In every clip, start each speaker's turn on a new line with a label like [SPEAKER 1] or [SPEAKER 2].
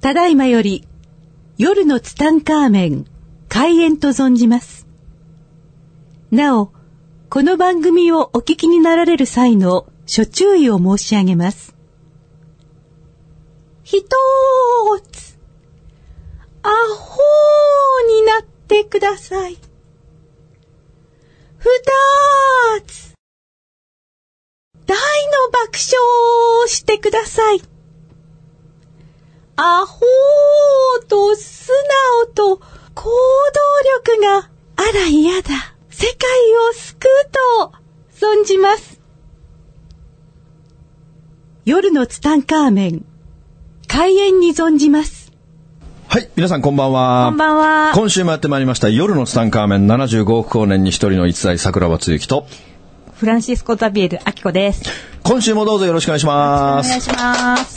[SPEAKER 1] ただいまより、夜のツタンカーメン、開演と存じます。なお、この番組をお聞きになられる際の、諸注意を申し上げます。ひとーつ、アホーになってください。ふたーつ、大の爆笑をしてください。アホーと素直と行動力があら嫌だ。世界を救うと存じます。夜のツタンカーメン、開演に存じます。
[SPEAKER 2] はい、皆さんこんばんは。
[SPEAKER 1] こんばんは
[SPEAKER 2] 今週もやってまいりました、夜のツタンカーメン75億光年に一人の逸材桜庭つゆきと、
[SPEAKER 3] フランシスコ・ザビエル・アキコです。
[SPEAKER 2] 今週もどうぞよろしくお願いし
[SPEAKER 3] お
[SPEAKER 2] ま
[SPEAKER 3] 願い
[SPEAKER 2] す。
[SPEAKER 3] します。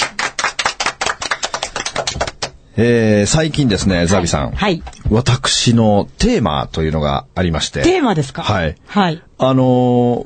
[SPEAKER 2] えー、最近ですね、ザビさん。
[SPEAKER 3] はい。
[SPEAKER 2] 私のテーマというのがありまして。
[SPEAKER 3] テーマですか
[SPEAKER 2] はい。
[SPEAKER 3] はい。
[SPEAKER 2] あのー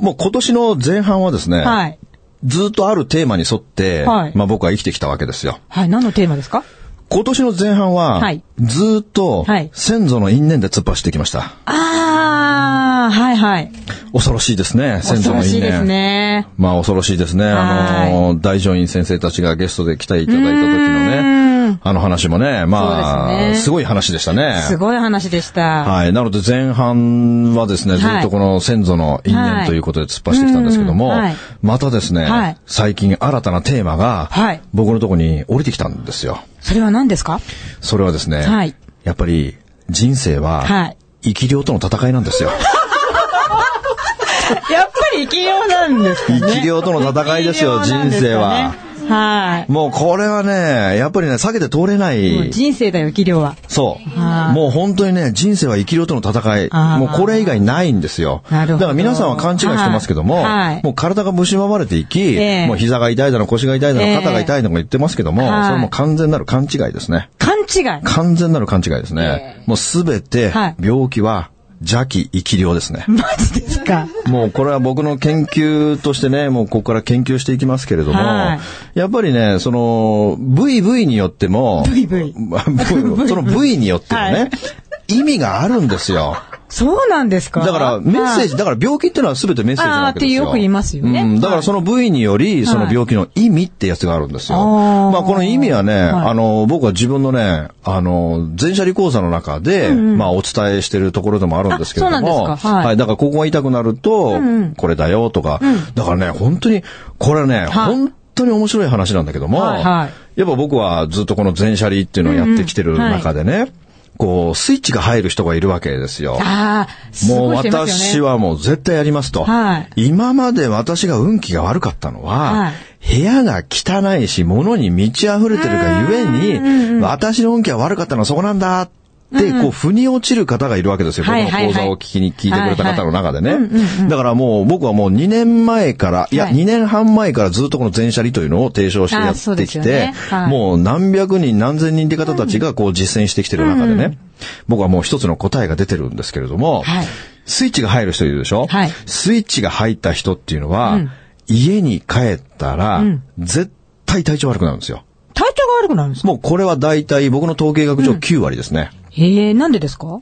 [SPEAKER 2] もう今年の前半はですね、
[SPEAKER 3] はい。
[SPEAKER 2] ずっとあるテーマに沿って、
[SPEAKER 3] はい
[SPEAKER 2] まあ僕は生きてきたわけですよ。
[SPEAKER 3] はい。何のテーマですか
[SPEAKER 2] 今年の前半は、
[SPEAKER 3] はい
[SPEAKER 2] ずっと
[SPEAKER 3] はい、
[SPEAKER 2] 先祖の因縁で突っ走ってきました。
[SPEAKER 3] あー、はいはい。
[SPEAKER 2] 恐ろしいですね、先
[SPEAKER 3] 恐
[SPEAKER 2] 祖の
[SPEAKER 3] ろ
[SPEAKER 2] 因
[SPEAKER 3] し
[SPEAKER 2] 縁。
[SPEAKER 3] いですね。
[SPEAKER 2] まあ恐ろしいですね。あのー、大乗院先生たちがゲストで来ていただいた時のね、あの話もね、ま
[SPEAKER 3] そう
[SPEAKER 2] あ、
[SPEAKER 3] ですね
[SPEAKER 2] すごい話でしたね。
[SPEAKER 3] すごい話でした。
[SPEAKER 2] はい。なので前半はですね、ずっとこの先祖の因
[SPEAKER 3] は
[SPEAKER 2] 縁
[SPEAKER 3] い
[SPEAKER 2] ということで突っ走ってきたんですけども
[SPEAKER 3] うんはい、
[SPEAKER 2] またです
[SPEAKER 3] は
[SPEAKER 2] ね
[SPEAKER 3] い、
[SPEAKER 2] 最近新たなテーマが
[SPEAKER 3] はい、
[SPEAKER 2] 僕のとこに降りてきたんですよ。
[SPEAKER 3] それは何ですか
[SPEAKER 2] それはです
[SPEAKER 3] は
[SPEAKER 2] ね
[SPEAKER 3] い、
[SPEAKER 2] やっぱり人生
[SPEAKER 3] は、
[SPEAKER 2] はい生き量との戦いなんで すよ。
[SPEAKER 3] やっぱり生き量なんですかね。
[SPEAKER 2] 生き量との戦いですよ
[SPEAKER 3] 生き量なんですかね
[SPEAKER 2] 人生は。
[SPEAKER 3] は
[SPEAKER 2] もうこれはね、やっぱりね、避けて通れない。
[SPEAKER 3] い。もう人生だよ、生き量は。
[SPEAKER 2] そう。
[SPEAKER 3] はい
[SPEAKER 2] もう本当にね、人生は生きるとの戦い。
[SPEAKER 3] あー
[SPEAKER 2] もうこれ以外ないんですよ。
[SPEAKER 3] なるほど
[SPEAKER 2] だから皆さんは勘違いしてますけども、
[SPEAKER 3] はいはい
[SPEAKER 2] もう体が蝕まれていき、
[SPEAKER 3] ええ
[SPEAKER 2] もう膝が痛いだの、腰が痛いだの、
[SPEAKER 3] ええ
[SPEAKER 2] 肩が痛いのも言ってますけども、
[SPEAKER 3] はい
[SPEAKER 2] それも完全なる勘違いですね。
[SPEAKER 3] 勘違い。
[SPEAKER 2] 完全なる勘違いですね。もうすべて
[SPEAKER 3] はい、
[SPEAKER 2] 病気は邪気生き量ですね。
[SPEAKER 3] マジですか
[SPEAKER 2] もうこれは僕の研究としてね、もうここから研究していきますけれども、
[SPEAKER 3] はい
[SPEAKER 2] やっぱりね、その、部位部位によっても、
[SPEAKER 3] ブイ ブイ。
[SPEAKER 2] まあ、部位その部位によってもね、
[SPEAKER 3] は
[SPEAKER 2] 意味があるんですよ。
[SPEAKER 3] そうなんですか
[SPEAKER 2] だから、メッセージ、だから病気っていうのは全てメッセージなわけですよ。
[SPEAKER 3] あーってよく言いますよね
[SPEAKER 2] うん、だからその部位により、その病気の意味ってやつがあるんですよ。
[SPEAKER 3] あー
[SPEAKER 2] まあ、この意味はね、
[SPEAKER 3] い
[SPEAKER 2] あの、僕は自分のね、あの、全車理講座の中で、まあ、お伝えしてるところでもあるんですけれど
[SPEAKER 3] あそう
[SPEAKER 2] も、
[SPEAKER 3] なんですかはい
[SPEAKER 2] だからここが痛くなると、これだよとか、だからね、本当に、これね、本当に面白い話なんだけども、
[SPEAKER 3] はいはい
[SPEAKER 2] やっぱ僕はずっとこの全車理っていうのをやってきてる
[SPEAKER 3] うんうんはい
[SPEAKER 2] 中でね、こう、スイッチが入る人がいるわけですよ。
[SPEAKER 3] ああ、す
[SPEAKER 2] も
[SPEAKER 3] ご
[SPEAKER 2] う
[SPEAKER 3] いしてますよね。
[SPEAKER 2] 私はもう絶対やりますと。
[SPEAKER 3] は
[SPEAKER 2] 今まで私が運気が悪かったのは、
[SPEAKER 3] はい
[SPEAKER 2] 部屋が汚いし、物に満ち溢れてるがゆえに、私の運気が悪かったのはそこなんだって、こう、腑に落ちる方がいるわけですよ。
[SPEAKER 3] はい
[SPEAKER 2] 僕の
[SPEAKER 3] はい
[SPEAKER 2] 講
[SPEAKER 3] はい
[SPEAKER 2] 座を聞きに、聞いてくれた
[SPEAKER 3] はいはい
[SPEAKER 2] 方の中でね。だからもう、僕はもう2年前から、いや、
[SPEAKER 3] はい
[SPEAKER 2] 2年半前からずっとこの全車理というのを提唱してや
[SPEAKER 3] あそう
[SPEAKER 2] っ
[SPEAKER 3] で
[SPEAKER 2] て
[SPEAKER 3] す
[SPEAKER 2] き
[SPEAKER 3] よ
[SPEAKER 2] て
[SPEAKER 3] ね、はい
[SPEAKER 2] もう何百人何千人って方たちがこう実践してきてる中でね、僕はもう一つの答えが出てるんですけれども、
[SPEAKER 3] はい
[SPEAKER 2] スイッチが入る人いるでしょ、
[SPEAKER 3] はい
[SPEAKER 2] スイッチが入った人っていうのは、家に帰ったら、絶対体調悪くなるんですよ。
[SPEAKER 3] 体調が悪くなるんですか
[SPEAKER 2] もうこれは大体僕の統計学上9割ですね。
[SPEAKER 3] ええ、なんでですか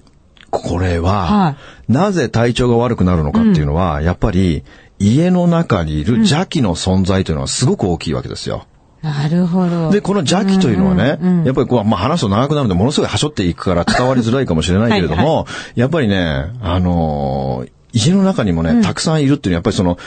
[SPEAKER 2] これは、
[SPEAKER 3] は
[SPEAKER 2] なぜ体調が悪くなるのかっていうのは、やっぱり家の中にいる邪気の存在というのはすごく大きいわけですよ。
[SPEAKER 3] なるほど。
[SPEAKER 2] で、この邪気というのはね、やっぱりこう、まあ話すと長くなるので、ものすごい端折っていくから伝わりづらいかもしれないけれども、やっぱりね、あのー家の中にもね、たくさんいるっていうのは、やっぱりその、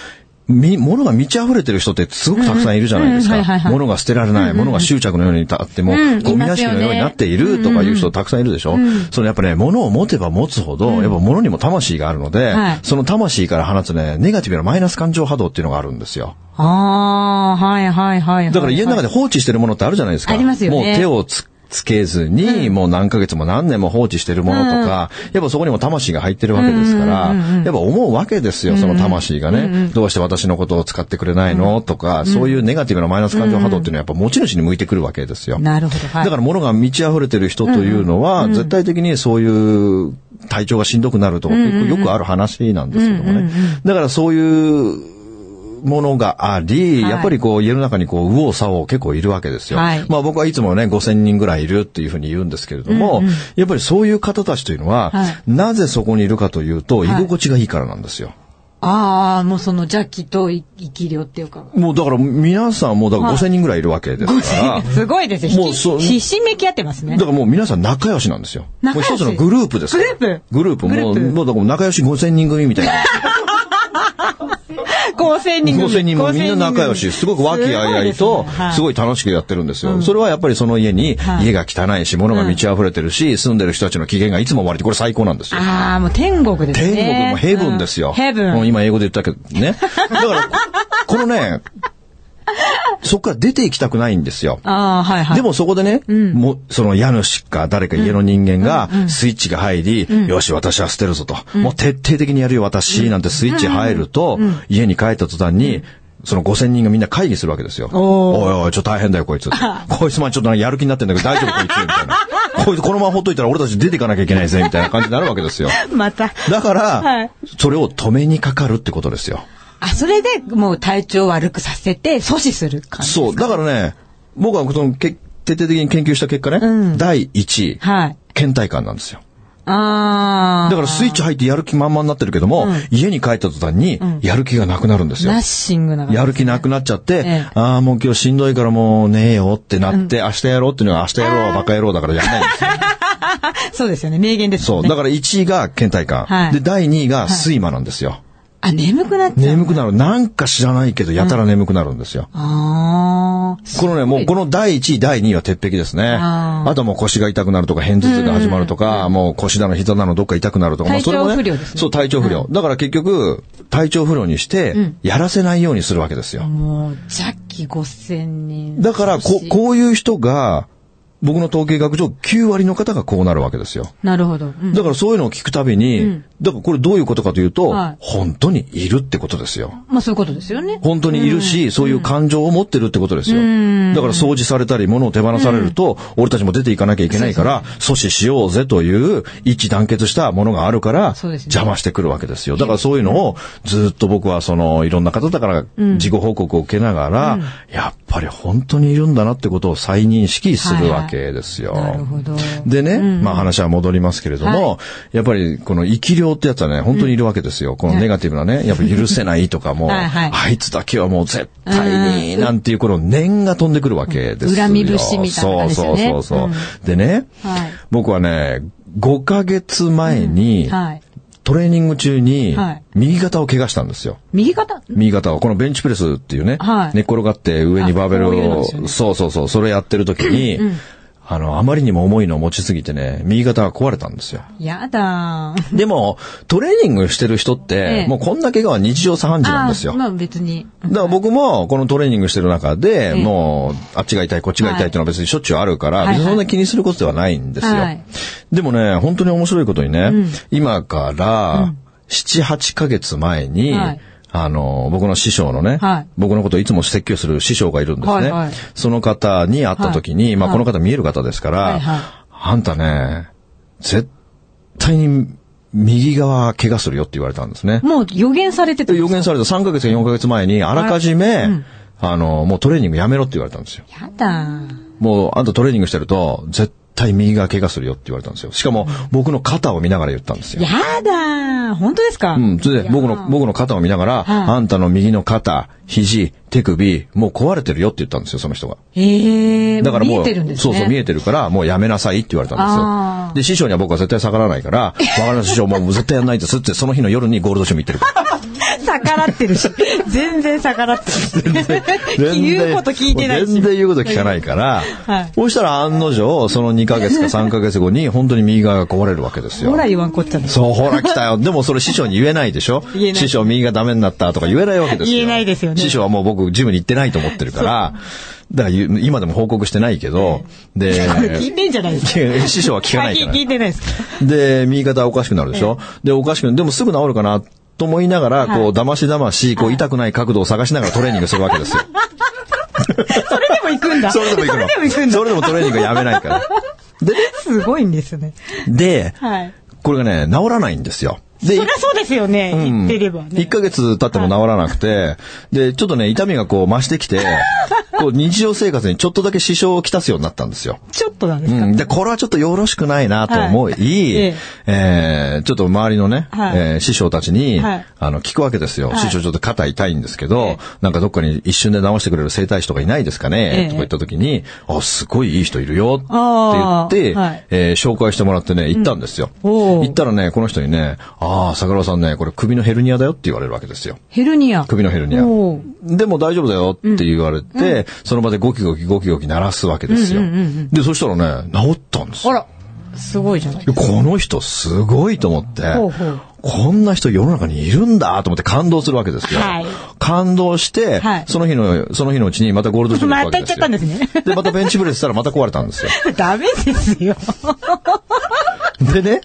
[SPEAKER 2] み、物が満ち溢れてる人ってすごくたくさんいるじゃないです
[SPEAKER 3] うんうんはいはい
[SPEAKER 2] か。
[SPEAKER 3] はい
[SPEAKER 2] 物が捨てられない、物が執着のようにたっても、
[SPEAKER 3] うん
[SPEAKER 2] ゴミ屋敷のようになっているとかいう人たくさんいるでしょ。そのやっぱね、物を持てば持つほど、やっぱ物にも魂があるので
[SPEAKER 3] はい、
[SPEAKER 2] その魂から放つね、ネガティブなマイナス感情波動っていうのがあるんですよ。
[SPEAKER 3] ああ、はいはいはいはい。
[SPEAKER 2] だから家の中
[SPEAKER 3] で。
[SPEAKER 2] で放置してるものってあるじゃないですか。
[SPEAKER 3] ありますよね
[SPEAKER 2] もう手をつ、つけずに、もう何ヶ月も何年も放置してるものとか、やっぱそこにも魂が入ってるわけですから、やっぱ思うわけですよ、その魂がね。どうして私のことを使ってくれないのとか、そういうネガティブなマイナス感情波動っていうのはやっぱ持ち主に向いてくるわけですよ。
[SPEAKER 3] なるほど。はい。
[SPEAKER 2] だから物が満ち溢れてる人というのは、絶対的にそういう体調がしんどくなるとか、結構よくある話なんですけどもね。だからそういう、ものがあり、
[SPEAKER 3] はい
[SPEAKER 2] やっぱりこう家の中にこう右往左往結構いるわけですよ。
[SPEAKER 3] はい
[SPEAKER 2] まあ僕はいつもね5000人ぐらいいるっていうふうに言うんですけれども、やっぱりそういう方たちというのは、
[SPEAKER 3] はい
[SPEAKER 2] なぜそこにいるかというと居
[SPEAKER 3] はい
[SPEAKER 2] 心地がいいからなんですよ。
[SPEAKER 3] ああ、もうその邪気と生き量っていうか。
[SPEAKER 2] もうだから皆さんもうだから
[SPEAKER 3] はい
[SPEAKER 2] 5000人ぐらいいるわけですから、
[SPEAKER 3] すごいですね。
[SPEAKER 2] もう
[SPEAKER 3] ひ
[SPEAKER 2] そう
[SPEAKER 3] 必死にめき合ってますね
[SPEAKER 2] だか。らもう皆さん仲良しなんですよ。
[SPEAKER 3] 仲
[SPEAKER 2] もう
[SPEAKER 3] 良し
[SPEAKER 2] 一つのグループですから。
[SPEAKER 3] グループ
[SPEAKER 2] グループ。
[SPEAKER 3] グルー
[SPEAKER 2] もう、
[SPEAKER 3] プ
[SPEAKER 2] もうだから仲良し5000人組みた いな。
[SPEAKER 3] 5000人組。
[SPEAKER 2] 5000人もみんな仲良し、すごく和気あいあいと、す
[SPEAKER 3] い
[SPEAKER 2] ごい楽しくやってるんですよ。それはやっぱりその家に、
[SPEAKER 3] はい
[SPEAKER 2] 家が汚いし、物が満ち溢れてるし、住んでる人たちの機嫌がいつも悪いって、これ最高なんですよ。
[SPEAKER 3] ああ、もう天国です
[SPEAKER 2] 天
[SPEAKER 3] ね。
[SPEAKER 2] 国もヘブンですよ。
[SPEAKER 3] うんヘブ
[SPEAKER 2] もう
[SPEAKER 3] ン。
[SPEAKER 2] 今英語で言ったけどね。だから、このね、そこから出ていきたくないんですよ。
[SPEAKER 3] ああ、はいはい。
[SPEAKER 2] でもそこでね、もうその家主か誰か家の人間がスイッチが入り、よし、私は捨てるぞと。もう徹底的にやるよ、私、なんてスイッチ入ると、家に帰った途端に、その5000人がみんな会議するわけですよ。
[SPEAKER 3] お
[SPEAKER 2] おいおい、ちょっと大変だよ、こいつ。 こいつまちょっとなんかやる気になってんだけど大丈夫、こいつ、みたいな。こいつこのままほっといたら俺たち出ていかなきゃいけないぜ、みたいな感じになるわけですよ。
[SPEAKER 3] また。
[SPEAKER 2] だから、
[SPEAKER 3] はい
[SPEAKER 2] それを止めにかかるってことですよ。
[SPEAKER 3] あ、それでもう体調を悪くさせて阻止する感じ。
[SPEAKER 2] そう。だからね、僕はそのけ徹底的に研究した結果ね、
[SPEAKER 3] うん
[SPEAKER 2] 第1位、
[SPEAKER 3] はい。
[SPEAKER 2] 倦怠感なんですよ。
[SPEAKER 3] ああ。
[SPEAKER 2] だからスイッチ入ってやる気満々になってるけども、
[SPEAKER 3] うん
[SPEAKER 2] 家に帰った途端にやる気がなくなるんですよ。
[SPEAKER 3] ナッシングな感じ
[SPEAKER 2] やる気なくなっちゃって、
[SPEAKER 3] ええ
[SPEAKER 2] ああ、もう今日しんどいからもうねえよってなって、明日やろうっていうのは明日やろうはバカ野郎だからやらないんですよ。
[SPEAKER 3] そうですよね。名言です
[SPEAKER 2] そ
[SPEAKER 3] よ
[SPEAKER 2] う。
[SPEAKER 3] ね。
[SPEAKER 2] だから1位が倦怠感。
[SPEAKER 3] はい
[SPEAKER 2] で、第2位が睡魔なんですよ。
[SPEAKER 3] あ、眠くなっちゃう。
[SPEAKER 2] 眠くなる。なんか知らないけど、やたら眠くなるんですよ。
[SPEAKER 3] ああ。
[SPEAKER 2] このね、もうこの第1位、第2位は鉄壁ですね。
[SPEAKER 3] あ
[SPEAKER 2] あ
[SPEAKER 3] ー
[SPEAKER 2] とはもう腰が痛くなるとか、片頭痛が始まるとか、もう腰だの膝だのどっか痛くなるとか、もうそれも
[SPEAKER 3] 体調不良ですね
[SPEAKER 2] そう、体調不良。だから結局、体調不良にして、やらせないようにするわけですよ。
[SPEAKER 3] もう、ジャッキ5000人。
[SPEAKER 2] だから、こ、こういう人が、僕の統計学上9割の方がこうなるわけですよ。
[SPEAKER 3] なるほど。うん
[SPEAKER 2] だからそういうのを聞くたびに、だからこれどういうことかというと、
[SPEAKER 3] はい
[SPEAKER 2] 本当にいるってことですよ。
[SPEAKER 3] まあそういうことですよね。
[SPEAKER 2] 本当にいるし、そういう感情を持ってるってことですよ。だから掃除されたり、物を手放されると、俺たちも出ていかなきゃいけないから、阻止しようぜという一致団結したものがあるから、
[SPEAKER 3] そうですね
[SPEAKER 2] 邪魔してくるわけですよ。だからそういうのを、ずっと僕はその、いろんな方だから、事後報告を受けながら、やっぱり本当にいるんだなってことを再認識するわけですよ。
[SPEAKER 3] なるほど。
[SPEAKER 2] でね、まあ話は戻りますけれども、やっぱりこの生き量ってやつはね、本当にいるわけですよ。このネガティブなね、やっぱ許せない とかも、
[SPEAKER 3] はいはい
[SPEAKER 2] あいつだけはもう絶対に、なんていうこの念が飛んでくるわけですよ。
[SPEAKER 3] 恨み節みたいな感じですよね
[SPEAKER 2] そうそうそうそう。でね、
[SPEAKER 3] はい
[SPEAKER 2] 僕はね、5ヶ月前に、
[SPEAKER 3] はい。
[SPEAKER 2] トレーニング中に
[SPEAKER 3] はい、
[SPEAKER 2] 右肩を怪我したんですよ。
[SPEAKER 3] 右肩
[SPEAKER 2] 右肩を、このベンチプレスっていうね、
[SPEAKER 3] はい
[SPEAKER 2] 寝っ転がって上にバーベル
[SPEAKER 3] あこういうの
[SPEAKER 2] を、
[SPEAKER 3] ですよね
[SPEAKER 2] そうそうそう、それやってる時に、あの、あまりにも重いのを持ちすぎてね、右肩が壊れたんですよ。
[SPEAKER 3] やだー。
[SPEAKER 2] でも、トレーニングしてる人って、
[SPEAKER 3] ええ
[SPEAKER 2] もうこんな怪我は日常茶飯事なんですよ。
[SPEAKER 3] あーまあ別に。
[SPEAKER 2] だから僕も、このトレーニングしてる中で、
[SPEAKER 3] え
[SPEAKER 2] もう、あっちが痛い、こっちが痛いっていうのは別にしょっちゅうあるから、
[SPEAKER 3] はいはい
[SPEAKER 2] 別にそんな気にすることではないんですよ。
[SPEAKER 3] はい
[SPEAKER 2] でもね、本当に面白いことにね、今から、7、8ヶ月前に、
[SPEAKER 3] はい
[SPEAKER 2] あの、僕の師匠のね、
[SPEAKER 3] はい
[SPEAKER 2] 僕のことをいつも説教する師匠がいるんですね。
[SPEAKER 3] はいはい
[SPEAKER 2] その方に会った時に、
[SPEAKER 3] はい
[SPEAKER 2] まあ
[SPEAKER 3] は
[SPEAKER 2] こ
[SPEAKER 3] い
[SPEAKER 2] の方見える方ですから、
[SPEAKER 3] はいはい
[SPEAKER 2] あんたね、絶対に右側怪我するよって言われたんですね。
[SPEAKER 3] もう予言されてたんです
[SPEAKER 2] 予言された3ヶ月か4ヶ月前に、あらかじめ、あの、もうトレーニングやめろって言われたんですよ。
[SPEAKER 3] やだー。
[SPEAKER 2] もう、あんたトレーニングしてると、絶対右が怪我するよって言われたんですよ。しかも、僕の肩を見ながら言ったんですよ。
[SPEAKER 3] やだー。本当ですか
[SPEAKER 2] うん。それで、僕の、僕の肩を見ながら、
[SPEAKER 3] はい
[SPEAKER 2] あんたの右の肩、肘、手首、もう壊れてるよって言ったんですよ、その人が。
[SPEAKER 3] ええー。
[SPEAKER 2] だから
[SPEAKER 3] 見
[SPEAKER 2] もう、
[SPEAKER 3] えてるんですね。
[SPEAKER 2] そうそう、見
[SPEAKER 3] え
[SPEAKER 2] えてるから、もうやめなさいって言われたんです
[SPEAKER 3] あ
[SPEAKER 2] よ。
[SPEAKER 3] ー
[SPEAKER 2] で、師匠には僕は絶対逆らわない から、わからない師匠もう絶対やんないですって、その日の夜にゴールドシム行ってるから。
[SPEAKER 3] 逆らってる し。全然逆らってるし。言うこと聞いてないし。
[SPEAKER 2] 全然言うこと聞かないから、
[SPEAKER 3] はい
[SPEAKER 2] そうしたら案の定、その2ヶ月か3ヶ月後に、本当に右側が壊れるわけですよ
[SPEAKER 3] ほ。ら言わんこっちゃです。
[SPEAKER 2] そう、ほら来たよ。 でもそれ師匠に言えないでしょ
[SPEAKER 3] 言えない
[SPEAKER 2] 師匠右がダメになったとか言えないわけですよ。
[SPEAKER 3] 言えないですよね
[SPEAKER 2] 師匠はもう僕、ジムに行ってないと思ってるから、だから言う今でも報告してないけど、で、
[SPEAKER 3] これ聞いてんじゃないですか。
[SPEAKER 2] 師匠は聞かないから
[SPEAKER 3] 聞。いてないです。
[SPEAKER 2] で、右肩おかしくなるでしょ、で、おかしくなる。でもすぐ治るかなと思いながら、
[SPEAKER 3] はい
[SPEAKER 2] こう、騙し騙し、こう、痛くない角度を探しながらトレーニングするわけですよ。
[SPEAKER 3] それでも行く んだ。
[SPEAKER 2] それでも行くの。
[SPEAKER 3] それでも行くんだ
[SPEAKER 2] それでもトレーニングやめないから。
[SPEAKER 3] すごいんですね。
[SPEAKER 2] で、
[SPEAKER 3] はい。
[SPEAKER 2] これがね、治らないんですよ。で
[SPEAKER 3] そりゃそうですよね、言ってればね。
[SPEAKER 2] 1ヶ月経っても治らなくて、で、ちょっとね、痛みがこう増してき て、こう日常生活にちょっとだけ支障をきたすようになったんですよ。
[SPEAKER 3] ちょっとなんです
[SPEAKER 2] う
[SPEAKER 3] か、
[SPEAKER 2] ん。で、これはちょっとよろしくないなと 思い、
[SPEAKER 3] ええ
[SPEAKER 2] えーちょっと周りのね、
[SPEAKER 3] はい
[SPEAKER 2] えー師匠たちに、
[SPEAKER 3] はい
[SPEAKER 2] あの、聞くわけですよ。
[SPEAKER 3] はい
[SPEAKER 2] 師匠ちょっと肩痛いんですけど、
[SPEAKER 3] ええ
[SPEAKER 2] なんかどっかに一瞬で治してくれる整体師とかいないですかね、
[SPEAKER 3] ええ
[SPEAKER 2] とか言った時に、あ、すごいいい人いるよって言
[SPEAKER 3] あー
[SPEAKER 2] って、
[SPEAKER 3] はい
[SPEAKER 2] えー紹介してもらってね、行ったんですよ。
[SPEAKER 3] うんおー
[SPEAKER 2] 行ったらね、この人にね、ああ、桜庭さんね、これ首のヘルニアだよって言われるわけですよ。
[SPEAKER 3] ヘルニア。
[SPEAKER 2] 首のヘルニア
[SPEAKER 3] おー。
[SPEAKER 2] でも大丈夫だよって言われて、その場でゴキゴキゴキゴキ鳴らすわけですよ。で、そしたらね、治ったんです
[SPEAKER 3] あ
[SPEAKER 2] よ。
[SPEAKER 3] ら、すごいじゃない
[SPEAKER 2] いやこの人すごいと思って
[SPEAKER 3] ほうほう、
[SPEAKER 2] こんな人世の中にいるんだと思って感動するわけですよ。
[SPEAKER 3] はい
[SPEAKER 2] 感動して、
[SPEAKER 3] はい
[SPEAKER 2] その日の、その日のうちにまたゴールドジム行く
[SPEAKER 3] ま
[SPEAKER 2] わ
[SPEAKER 3] た行
[SPEAKER 2] け
[SPEAKER 3] っ
[SPEAKER 2] で
[SPEAKER 3] ちゃ
[SPEAKER 2] す
[SPEAKER 3] っ
[SPEAKER 2] よ。
[SPEAKER 3] たんですね。
[SPEAKER 2] で、またベンチプレスしたらまた壊れたん ですよ。
[SPEAKER 3] ダメです よ。
[SPEAKER 2] でね、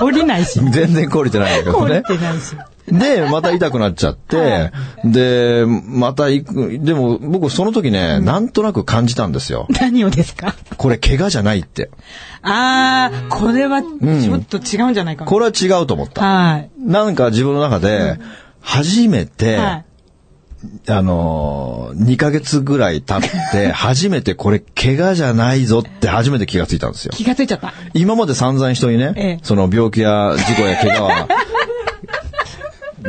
[SPEAKER 3] 降りない し。
[SPEAKER 2] 全然懲りてないんだけど
[SPEAKER 3] 降
[SPEAKER 2] ね
[SPEAKER 3] り。てないし。
[SPEAKER 2] で、また痛くなっちゃって、で、また行く、でも僕その時ね、なんとなく感じたんですよ。
[SPEAKER 3] 何をですか
[SPEAKER 2] これ怪我じゃないって。
[SPEAKER 3] あー、これはちょっと違うんじゃないかな。
[SPEAKER 2] これは違うと思った。
[SPEAKER 3] はい。
[SPEAKER 2] なんか自分の中で、初めて、
[SPEAKER 3] はい。
[SPEAKER 2] あのー、2ヶ月ぐらい経 って、初めてこれ怪我じゃないぞって初めて気がついたんですよ。
[SPEAKER 3] 気がついちゃった。
[SPEAKER 2] 今まで散々人にね、
[SPEAKER 3] ええ
[SPEAKER 2] その病気や事故や怪我 は、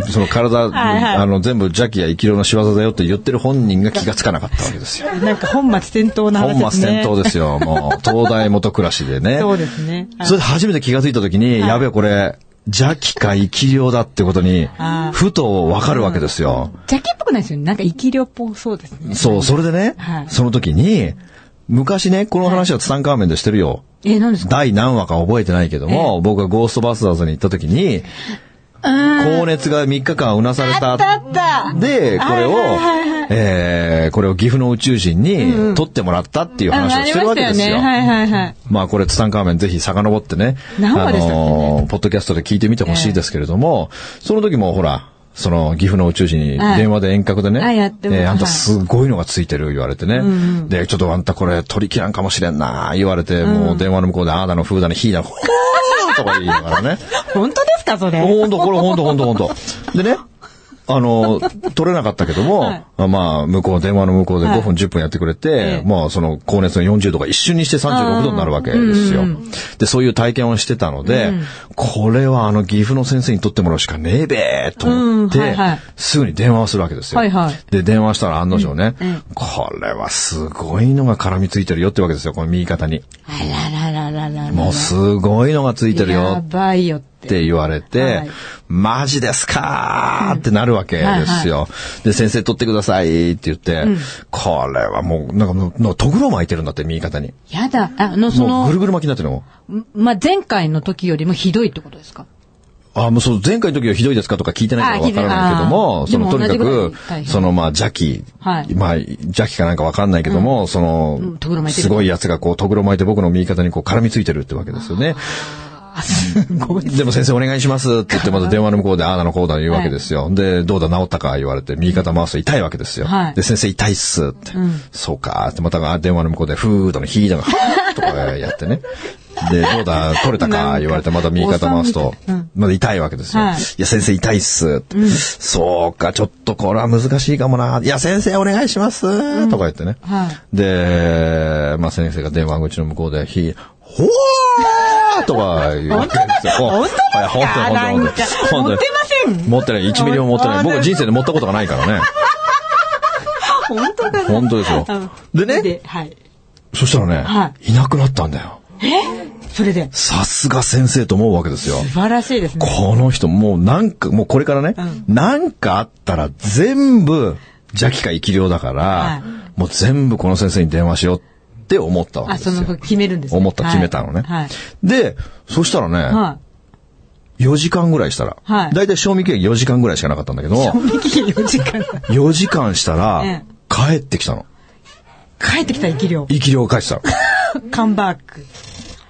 [SPEAKER 2] その
[SPEAKER 3] は
[SPEAKER 2] 体、
[SPEAKER 3] いはい
[SPEAKER 2] あの、全部邪気や生きろの仕業だよって言ってる本人が気がつかなかったわけですよ。
[SPEAKER 3] なんか本末転倒な話ですね。
[SPEAKER 2] 本末転倒ですよ。もう、東大元暮らしで ね。
[SPEAKER 3] そうですね。はい
[SPEAKER 2] それで初めて気がついた時に、やべえこれ、邪気か生き量だってことに
[SPEAKER 3] あ、ー
[SPEAKER 2] ふとわかるわけですよ。
[SPEAKER 3] 邪気っぽくないですよね。なんか生き量っぽそうですね。
[SPEAKER 2] そう、それでね、
[SPEAKER 3] はい
[SPEAKER 2] その時に、昔ね、この話はツタンカーメンでしてるよ。
[SPEAKER 3] え、何ですか
[SPEAKER 2] 第何話か覚えてないけども、僕がゴーストバスターズに行った時に、高熱が3日間うなされた。
[SPEAKER 3] った
[SPEAKER 2] で、これを、えーこれを岐阜の宇宙人に撮ってもらったっていう話をしてるわけですよ。
[SPEAKER 3] はいはいはい。
[SPEAKER 2] まあこれツタンカーメンぜひ遡ってね、
[SPEAKER 3] 何話でしたっけね
[SPEAKER 2] あのーポッドキャストで聞いてみてほしいですけれども、その時もほら、その岐阜の宇宙人に
[SPEAKER 3] はい
[SPEAKER 2] 電話で遠隔でね、
[SPEAKER 3] あやっても
[SPEAKER 2] えーあんた
[SPEAKER 3] はい
[SPEAKER 2] すごいのがついてる言われてね、で、ちょっとあんたこれ取り切らんかもしれんな言われて、もう電話の向こうでああだの、ふうだの、ひー だの、ほーとか言いながらね、
[SPEAKER 3] 本当ですかそれ。
[SPEAKER 2] ほんと、これほんとほんとほんと。でね、あの、取れなかったけども、
[SPEAKER 3] はい
[SPEAKER 2] あまあ、向こう、電話の向こうで
[SPEAKER 3] はい
[SPEAKER 2] 5分、10分やってくれて、
[SPEAKER 3] ええ
[SPEAKER 2] まあ、その、高熱の40度が一瞬にして36度になるわけですよ。で、そういう体験をしてたので、これはあの、岐阜の先生に取ってもらうしかねえべーと思って、
[SPEAKER 3] うんはいはい
[SPEAKER 2] すぐに電話をするわけですよ。
[SPEAKER 3] はいはい
[SPEAKER 2] で、電話したら案の定ね、これはすごいのが絡みついてるよってわけですよ、この右肩に。
[SPEAKER 3] あらららららら。
[SPEAKER 2] もうすごいのがついてるよ
[SPEAKER 3] やばいよっ。
[SPEAKER 2] ってて言われて、
[SPEAKER 3] はい
[SPEAKER 2] マジですかーってなるわけですよ。で、先生取ってくださいって言って、これはもう、なんかもう、のとぐろ巻いてるんだって、右肩に。
[SPEAKER 3] やだ。あの、そ
[SPEAKER 2] もうぐる
[SPEAKER 3] の、
[SPEAKER 2] ぐる巻きになってるの。
[SPEAKER 3] まあ、前回の時よりもひどいってことですか
[SPEAKER 2] あ、もうそう、前回の時はひどいですかとか聞いてないからわからないけど
[SPEAKER 3] あ
[SPEAKER 2] も、
[SPEAKER 3] 聞いて
[SPEAKER 2] そ
[SPEAKER 3] ない
[SPEAKER 2] の、とにか
[SPEAKER 3] でも同
[SPEAKER 2] く
[SPEAKER 3] じぐらい大、変
[SPEAKER 2] その、まあ、邪気、
[SPEAKER 3] はい
[SPEAKER 2] まあ、邪気かなんかわかんないけども、その
[SPEAKER 3] とぐろ、巻いてる
[SPEAKER 2] すごいやつがこう、とぐろ巻いて僕の右肩にこう、絡みついてるってわけですよね。
[SPEAKER 3] あ、すごい。
[SPEAKER 2] でも先生お願いしますって言って、また電話の向こうで、ああだのこうだ言うわけですよ。で、どうだ治ったか言われて、右肩回すと痛いわけですよ。
[SPEAKER 3] はい
[SPEAKER 2] で、先生痛いっすって。そうかって、またあ電話の向こうで、ふーだの、ひーだの、はーとかやってね。で、どうだ、取れた
[SPEAKER 3] なん
[SPEAKER 2] か
[SPEAKER 3] か
[SPEAKER 2] 言われて、また右肩回す
[SPEAKER 3] おっ
[SPEAKER 2] と
[SPEAKER 3] さんみたいうん、
[SPEAKER 2] まだ痛いわけですよ。い
[SPEAKER 3] はい
[SPEAKER 2] や、先生痛いっすって。そうか、ちょっとこれは難しいかもな。いや、先生お願いしますとか言ってね。
[SPEAKER 3] は
[SPEAKER 2] で、まあ先生が電話口の向こうで、ひ、ほーとか言うわけですよ。
[SPEAKER 3] 本当ですか
[SPEAKER 2] はい、本当に本当に
[SPEAKER 3] なんか
[SPEAKER 2] 本当に
[SPEAKER 3] 持ってません
[SPEAKER 2] 持ってない。1ミリも持ってない。
[SPEAKER 3] あ
[SPEAKER 2] 僕は人生で持ったことがないからね。
[SPEAKER 3] 本当だ
[SPEAKER 2] 本当ですよでね
[SPEAKER 3] はい。
[SPEAKER 2] そしたらね、、
[SPEAKER 3] はい
[SPEAKER 2] なくなったんだよ。
[SPEAKER 3] それで、
[SPEAKER 2] さすが先生と思うわけですよ。
[SPEAKER 3] 素晴らしいですね。
[SPEAKER 2] この人もうなんか、もうこれからね、なんかあったら全部邪気か生き量だから、
[SPEAKER 3] はい
[SPEAKER 2] もう全部この先生に電話しようって思ったわけ
[SPEAKER 3] あ、
[SPEAKER 2] です
[SPEAKER 3] そ
[SPEAKER 2] よ。
[SPEAKER 3] の、決めるんですね
[SPEAKER 2] 思った、
[SPEAKER 3] はい
[SPEAKER 2] 決めたのね。
[SPEAKER 3] はい。
[SPEAKER 2] で、そしたらね、
[SPEAKER 3] は
[SPEAKER 2] 4時間ぐらいしたら、
[SPEAKER 3] はい
[SPEAKER 2] だいたい賞味期限4時間ぐらいしかなかったんだけど、
[SPEAKER 3] い。ミキ4時間。
[SPEAKER 2] 4時間したら
[SPEAKER 3] ええ、
[SPEAKER 2] 帰ってきたの。
[SPEAKER 3] 帰ってきた生き量。
[SPEAKER 2] 生き量が帰ってきたの。
[SPEAKER 3] カンバック。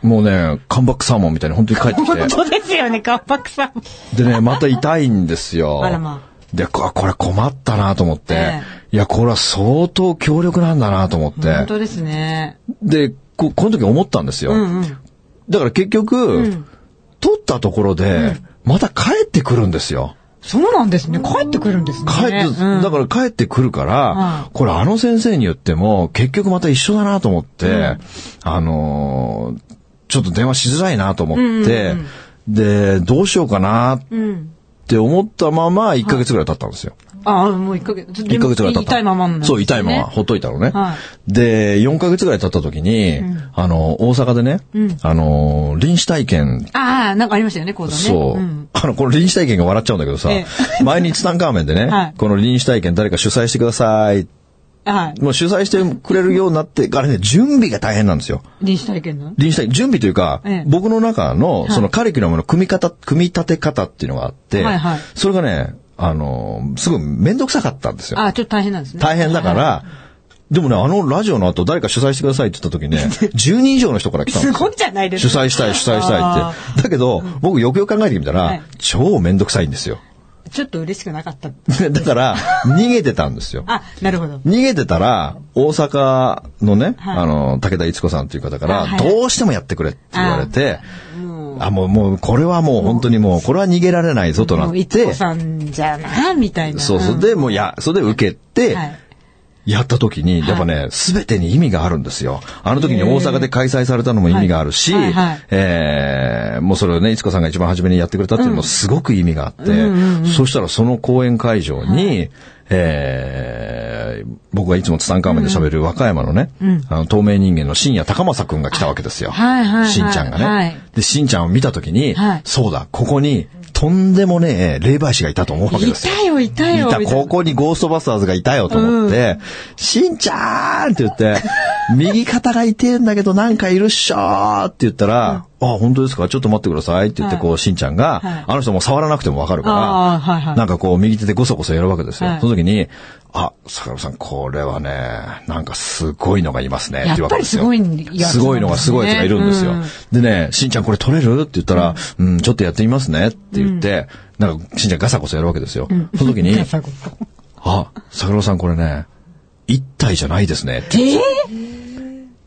[SPEAKER 2] もうね、カンバックサーモンみたいに本当に帰ってき
[SPEAKER 3] 本
[SPEAKER 2] て。
[SPEAKER 3] 当ですよね、カンバックさん。
[SPEAKER 2] でね、また痛いんですよ。
[SPEAKER 3] あらまあ
[SPEAKER 2] で、ここれ困ったなと思って、
[SPEAKER 3] え
[SPEAKER 2] いや、これは相当強力なんだなと思っ
[SPEAKER 3] 本
[SPEAKER 2] て。
[SPEAKER 3] 当ですね。
[SPEAKER 2] でこ、この時思ったんですよ。
[SPEAKER 3] うんうん。
[SPEAKER 2] だから結局、取ったところで、また帰ってくるんですよ。
[SPEAKER 3] そうなんですね。帰ってくるんですね。
[SPEAKER 2] 帰って、
[SPEAKER 3] うん
[SPEAKER 2] だから帰ってくるから、
[SPEAKER 3] うん
[SPEAKER 2] これあの先生に言っても、結局また一緒だなと思って、あのーちょっと電話しづらいなと思って、で、どうしようかなっ
[SPEAKER 3] うん。
[SPEAKER 2] て思ったまま、1ヶ月ぐらい経ったんですよ。
[SPEAKER 3] ああ、もう1ヶ月。
[SPEAKER 2] 一
[SPEAKER 3] 1
[SPEAKER 2] ヶ月ぐらい経った。
[SPEAKER 3] 痛いままなんですね
[SPEAKER 2] そう、痛いまま、ほっといたのね。
[SPEAKER 3] は
[SPEAKER 2] で、4ヶ月ぐらい経った時に、あの、大阪でね、あの、臨死体験、
[SPEAKER 3] ああ、なんかありましたよね、講座ね。
[SPEAKER 2] そう、
[SPEAKER 3] ん
[SPEAKER 2] あの、この臨死体験が笑っちゃうんだけどさ
[SPEAKER 3] え、
[SPEAKER 2] 前にツタンカーメンでね、
[SPEAKER 3] はい
[SPEAKER 2] この臨死体験誰か主催してください。
[SPEAKER 3] はい。
[SPEAKER 2] もう主催してくれるようになって、あれね、準備が大変なんですよ。
[SPEAKER 3] 臨死体験の
[SPEAKER 2] 臨時体準備というか、
[SPEAKER 3] ええ
[SPEAKER 2] 僕の中の、そのカリキュラムの組み方、組み立て方っていうのがあって、
[SPEAKER 3] はいはい
[SPEAKER 2] それがね、あの、すごいめんどくさかったんですよ
[SPEAKER 3] あ。あ、ちょっと大変なんですね。
[SPEAKER 2] 大変だか
[SPEAKER 3] は
[SPEAKER 2] ら、でもね、あのラジオの後、誰か主催してくださいって言った 時ね、10人以上の人から来
[SPEAKER 3] い。
[SPEAKER 2] たんで
[SPEAKER 3] す
[SPEAKER 2] すよ
[SPEAKER 3] ごいじゃないです
[SPEAKER 2] 主
[SPEAKER 3] か。
[SPEAKER 2] 催したい、主催した
[SPEAKER 3] あ
[SPEAKER 2] いって。だけど、僕よくよく考えてみた
[SPEAKER 3] は
[SPEAKER 2] ら
[SPEAKER 3] い、
[SPEAKER 2] 超めんどくさいんですよ。
[SPEAKER 3] ちょっと嬉しくなかった。
[SPEAKER 2] だから、逃げてたんですよ。
[SPEAKER 3] あ、なるほど。
[SPEAKER 2] 逃げてたら、大阪のね、
[SPEAKER 3] はい
[SPEAKER 2] あの、武田逸子さんっていう方から、
[SPEAKER 3] あはい
[SPEAKER 2] どうしてもやってくれって言われて、
[SPEAKER 3] もう、
[SPEAKER 2] あ、もう、もう、これはもう本当にもう、これは逃げられないぞとな
[SPEAKER 3] も
[SPEAKER 2] っ
[SPEAKER 3] う、いつ
[SPEAKER 2] て
[SPEAKER 3] こ、さんじゃな、みたいな。
[SPEAKER 2] そうそう。
[SPEAKER 3] ん
[SPEAKER 2] で、もう、や、それで受けて
[SPEAKER 3] は、い。
[SPEAKER 2] やった時に、やっぱね、すべてに意味があるんですよ。あの時に大阪で開催されたのも意味があるし
[SPEAKER 3] はいはいはい、
[SPEAKER 2] えーもうそれをね、いつこさんが一番初めにやってくれたっていうのもすごく意味があって、そしたらその講演会場に、えー僕がいつもツタンカーメンで喋る和歌山のね、あの、透明人間の深夜高政くんが来たわけですよ。
[SPEAKER 3] はいはいはい
[SPEAKER 2] しんちゃんが
[SPEAKER 3] は
[SPEAKER 2] ね
[SPEAKER 3] い。
[SPEAKER 2] で、しんちゃんを見た時に
[SPEAKER 3] はい、
[SPEAKER 2] そうだ、ここに、とんでもねえ霊媒師がいたと思うわけですよ。
[SPEAKER 3] 痛いよ、痛いよ。
[SPEAKER 2] いた、
[SPEAKER 3] みたいな
[SPEAKER 2] ここにゴーストバスターズがいたよと思って、しんちゃーんって言って、 右肩が痛えんだけどなんかいるっしょーって言ったら、あ、本当ですかちょっと待ってくださいって言って、
[SPEAKER 3] はい
[SPEAKER 2] こう、しんちゃん
[SPEAKER 3] は
[SPEAKER 2] が、
[SPEAKER 3] い
[SPEAKER 2] あの人もう触らなくてもわかるから、
[SPEAKER 3] あーはいはい
[SPEAKER 2] なんかこう、右手でごそごそやるわけですよ。
[SPEAKER 3] はい
[SPEAKER 2] その時に、あ、坂野さん、これはね、なんかすごいのがいますね。って言うわけですよ
[SPEAKER 3] やっぱりすごいやつなんですね
[SPEAKER 2] すごいのがすごいやつがいるんですよ。
[SPEAKER 3] うん
[SPEAKER 2] でね、しんちゃんこれ取れるって言ったら、うん、ちょっとやってみますねって言って、なんか、しんちゃんガサゴソやるわけですよ。その時に、
[SPEAKER 3] さここ
[SPEAKER 2] あ、桜庭さんこれね、一体じゃないですね。
[SPEAKER 3] えー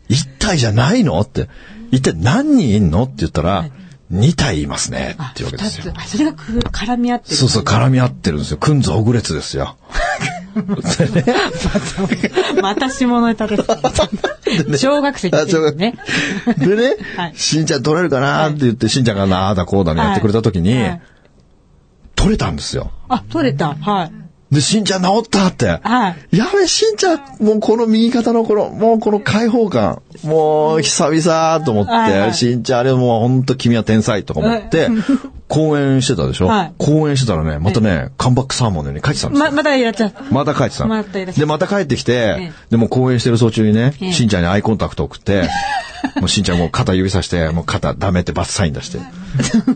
[SPEAKER 2] 一体じゃないのって。一体何人いんのって言ったら、二体いますね。
[SPEAKER 3] あ
[SPEAKER 2] っていうわけですよ
[SPEAKER 3] 二つ。あ、それがく絡み合ってる。
[SPEAKER 2] そうそう、絡み合ってるんですよ。くんぞおぐれつですよ。
[SPEAKER 3] また下ネタです ね。小学生
[SPEAKER 2] あ
[SPEAKER 3] です
[SPEAKER 2] そうか
[SPEAKER 3] ね。
[SPEAKER 2] でね、
[SPEAKER 3] はい
[SPEAKER 2] しんちゃん取れるかなって言って、しんちゃんがなあだこうだのやってくれた時に、
[SPEAKER 3] はい
[SPEAKER 2] 取れたんですよ。
[SPEAKER 3] あ、取れた。はい。
[SPEAKER 2] で、しんちゃん治ったって。
[SPEAKER 3] はい。
[SPEAKER 2] やべ、しんちゃん、もうこの右肩の頃、もうこの解放感、もう久々と思って、
[SPEAKER 3] はいはい
[SPEAKER 2] しんちゃん、あれもう本当君は天才とか思って、講演してたでしょ、
[SPEAKER 3] はい
[SPEAKER 2] 講演してたらね、またね、カムバックサーモンのように書いてたんですよ。
[SPEAKER 3] ま、まだやっちゃう。
[SPEAKER 2] また帰ってたの
[SPEAKER 3] またいらっしゃい
[SPEAKER 2] で、また帰ってきて
[SPEAKER 3] え、
[SPEAKER 2] でもう講演してる途中にね、
[SPEAKER 3] ええ
[SPEAKER 2] しんちゃんにアイコンタクト 送って、もうしんちゃんもう肩指さして、もう肩ダメってバッサイン出して。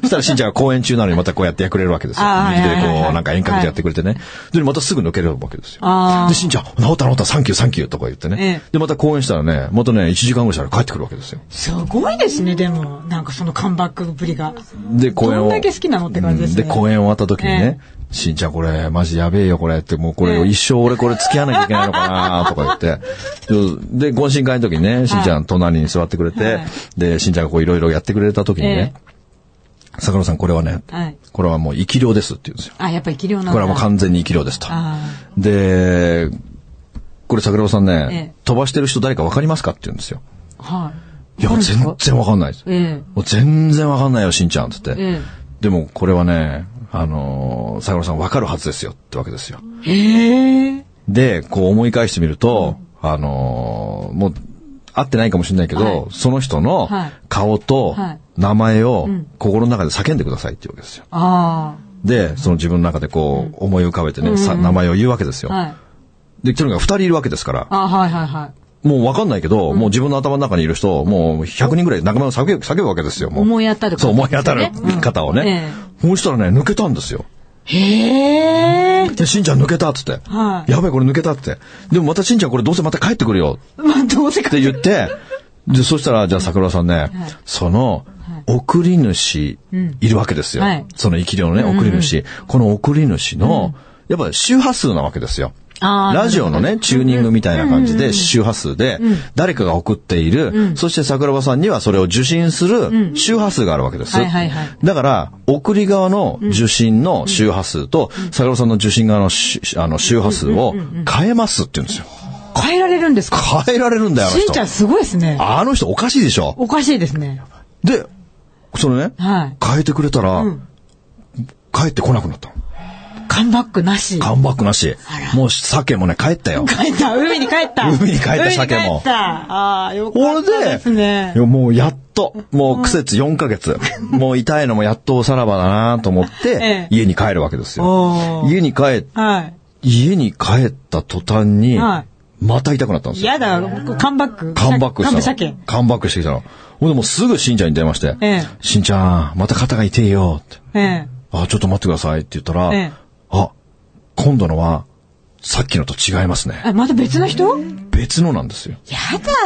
[SPEAKER 2] そしたらしんちゃんが講演中なのにまたこうやってやってくれるわけですよ。
[SPEAKER 3] ああ
[SPEAKER 2] 右手で
[SPEAKER 3] はいはい
[SPEAKER 2] こ
[SPEAKER 3] は
[SPEAKER 2] う
[SPEAKER 3] い
[SPEAKER 2] なんか遠隔でやってくれてね。で、またすぐ抜けれるわけですよ
[SPEAKER 3] あ。あ
[SPEAKER 2] で、しんちゃん、治った治った、サンキューサンキューとか言ってね
[SPEAKER 3] ええ。
[SPEAKER 2] で、また講演したらね、またね、1時間ぐらいしたら帰ってくるわけですよ。
[SPEAKER 3] すごいですね、でも。なんかそのカムバックぶりが。
[SPEAKER 2] で、公演を。
[SPEAKER 3] どんだけ好きなのって感じですね
[SPEAKER 2] うん公演終わった時にね、しんちゃんこれ、マジやべえよこれって、もうこれ、
[SPEAKER 3] ええ
[SPEAKER 2] 一生俺これ付き合わなきゃいけないのかなとか 言って。で、で懇親会の時にね、しんちゃん隣に座ってくれて、
[SPEAKER 3] はい
[SPEAKER 2] で、しんちゃんがこういろいろやってくれた時にね、桜野さんこれはね、
[SPEAKER 3] はい
[SPEAKER 2] これはもう生き量ですって言うんですよ。
[SPEAKER 3] あ、やっぱ生き量なんだ。
[SPEAKER 2] これはもう完全に生き量ですと。
[SPEAKER 3] あ
[SPEAKER 2] で、これ桜庭さんね、
[SPEAKER 3] ええ
[SPEAKER 2] 飛ばしてる人誰かわかりますかって言うんですよ。
[SPEAKER 3] はい。
[SPEAKER 2] いや、
[SPEAKER 3] わかるんですか
[SPEAKER 2] 全然わかんないです。
[SPEAKER 3] え
[SPEAKER 2] もう全然わかんないよ、しんちゃん、つって。
[SPEAKER 3] ええ
[SPEAKER 2] でも、これはね、あのー、桜さんわかるはずですよ、ってわけですよ。
[SPEAKER 3] え。ええ。
[SPEAKER 2] で、こう思い返してみると、あのーもう、会ってないかもしれないけど、
[SPEAKER 3] はい
[SPEAKER 2] その人の
[SPEAKER 3] はい
[SPEAKER 2] 顔と
[SPEAKER 3] はい
[SPEAKER 2] 名前を心の中で叫んでくださいっていうわけですよ。
[SPEAKER 3] あ
[SPEAKER 2] で、その自分の中でこう思い浮かべてね、さ名前を言うわけで
[SPEAKER 3] あ。
[SPEAKER 2] すよ。
[SPEAKER 3] はい。
[SPEAKER 2] で、とにかく二人いるわけですから、
[SPEAKER 3] あはいはいはい。
[SPEAKER 2] もうわかんないけど、もう自分の頭の中にいる人、もう100人ぐらい仲間を叫ぶ叫ぶわけですよ、もう。
[SPEAKER 3] 思い当たる
[SPEAKER 2] そう、思い当たる
[SPEAKER 3] うん
[SPEAKER 2] 方をね。そうしたらね、抜けたんですよ。
[SPEAKER 3] へえ。
[SPEAKER 2] で、しんちゃん抜けたっつって。
[SPEAKER 3] はい
[SPEAKER 2] やばい、これ抜けたっつって。でもまたしんちゃんこれどうせまた帰ってくるよ
[SPEAKER 3] まあ、どうせ
[SPEAKER 2] っ
[SPEAKER 3] か
[SPEAKER 2] て。言って、で、そしたら、じゃあ桜さんね、その、送り主、いるわけですよ。
[SPEAKER 3] はい
[SPEAKER 2] その生き量のね、送り主。この送り主の、やっぱ周波数なわけですよ。
[SPEAKER 3] あー
[SPEAKER 2] ラジオのね、チューニングみたいな感じで、周波数で、誰かが送っている、そして桜庭さんにはそれを受信する周波数があるわけです
[SPEAKER 3] はいはいはい。
[SPEAKER 2] だから、送り側の受信の周波数と、桜庭さんの受信側のしあの周波数を変えますって言うんですよ。
[SPEAKER 3] 変えられるんですか
[SPEAKER 2] 変えられるんだよ、あの
[SPEAKER 3] しんちゃん
[SPEAKER 2] 人。
[SPEAKER 3] すごいですね。
[SPEAKER 2] あの人おかしいでしょ。
[SPEAKER 3] おかしいですね。
[SPEAKER 2] で、そのね、
[SPEAKER 3] はい
[SPEAKER 2] 変えてくれたら、帰ってこなくなったの。
[SPEAKER 3] カムバックなし。
[SPEAKER 2] カムバックなし。もう鮭もね、帰ったよ。
[SPEAKER 3] 帰った。海に帰った。
[SPEAKER 2] 海に帰った鮭
[SPEAKER 3] 海に帰
[SPEAKER 2] も
[SPEAKER 3] った。ああ、よか
[SPEAKER 2] 俺
[SPEAKER 3] った
[SPEAKER 2] で、
[SPEAKER 3] ですね
[SPEAKER 2] い。やもうやっと、もう苦節4ヶ月、もう痛いのもやっとおさらばだなと思っ
[SPEAKER 3] ええ
[SPEAKER 2] て、家に帰るわけですよ。
[SPEAKER 3] おー
[SPEAKER 2] 家に帰、
[SPEAKER 3] はい。
[SPEAKER 2] 家に帰った途端に、
[SPEAKER 3] は
[SPEAKER 2] また痛くなったんですよ。
[SPEAKER 3] やだ、カムバック。
[SPEAKER 2] カムバック
[SPEAKER 3] カム
[SPEAKER 2] した
[SPEAKER 3] 鮭
[SPEAKER 2] の。。カムバックしてきたの。ほんでもうすぐしんちゃんに電話して、
[SPEAKER 3] ええ
[SPEAKER 2] しんちゃん、また肩が痛いよって。
[SPEAKER 3] ええ。
[SPEAKER 2] あ、ちょっと待ってくださいって言ったら、
[SPEAKER 3] ええ
[SPEAKER 2] あ、今度のは、さっきのと違いますね。
[SPEAKER 3] あ、また別の人
[SPEAKER 2] 別のなんですよ。
[SPEAKER 3] や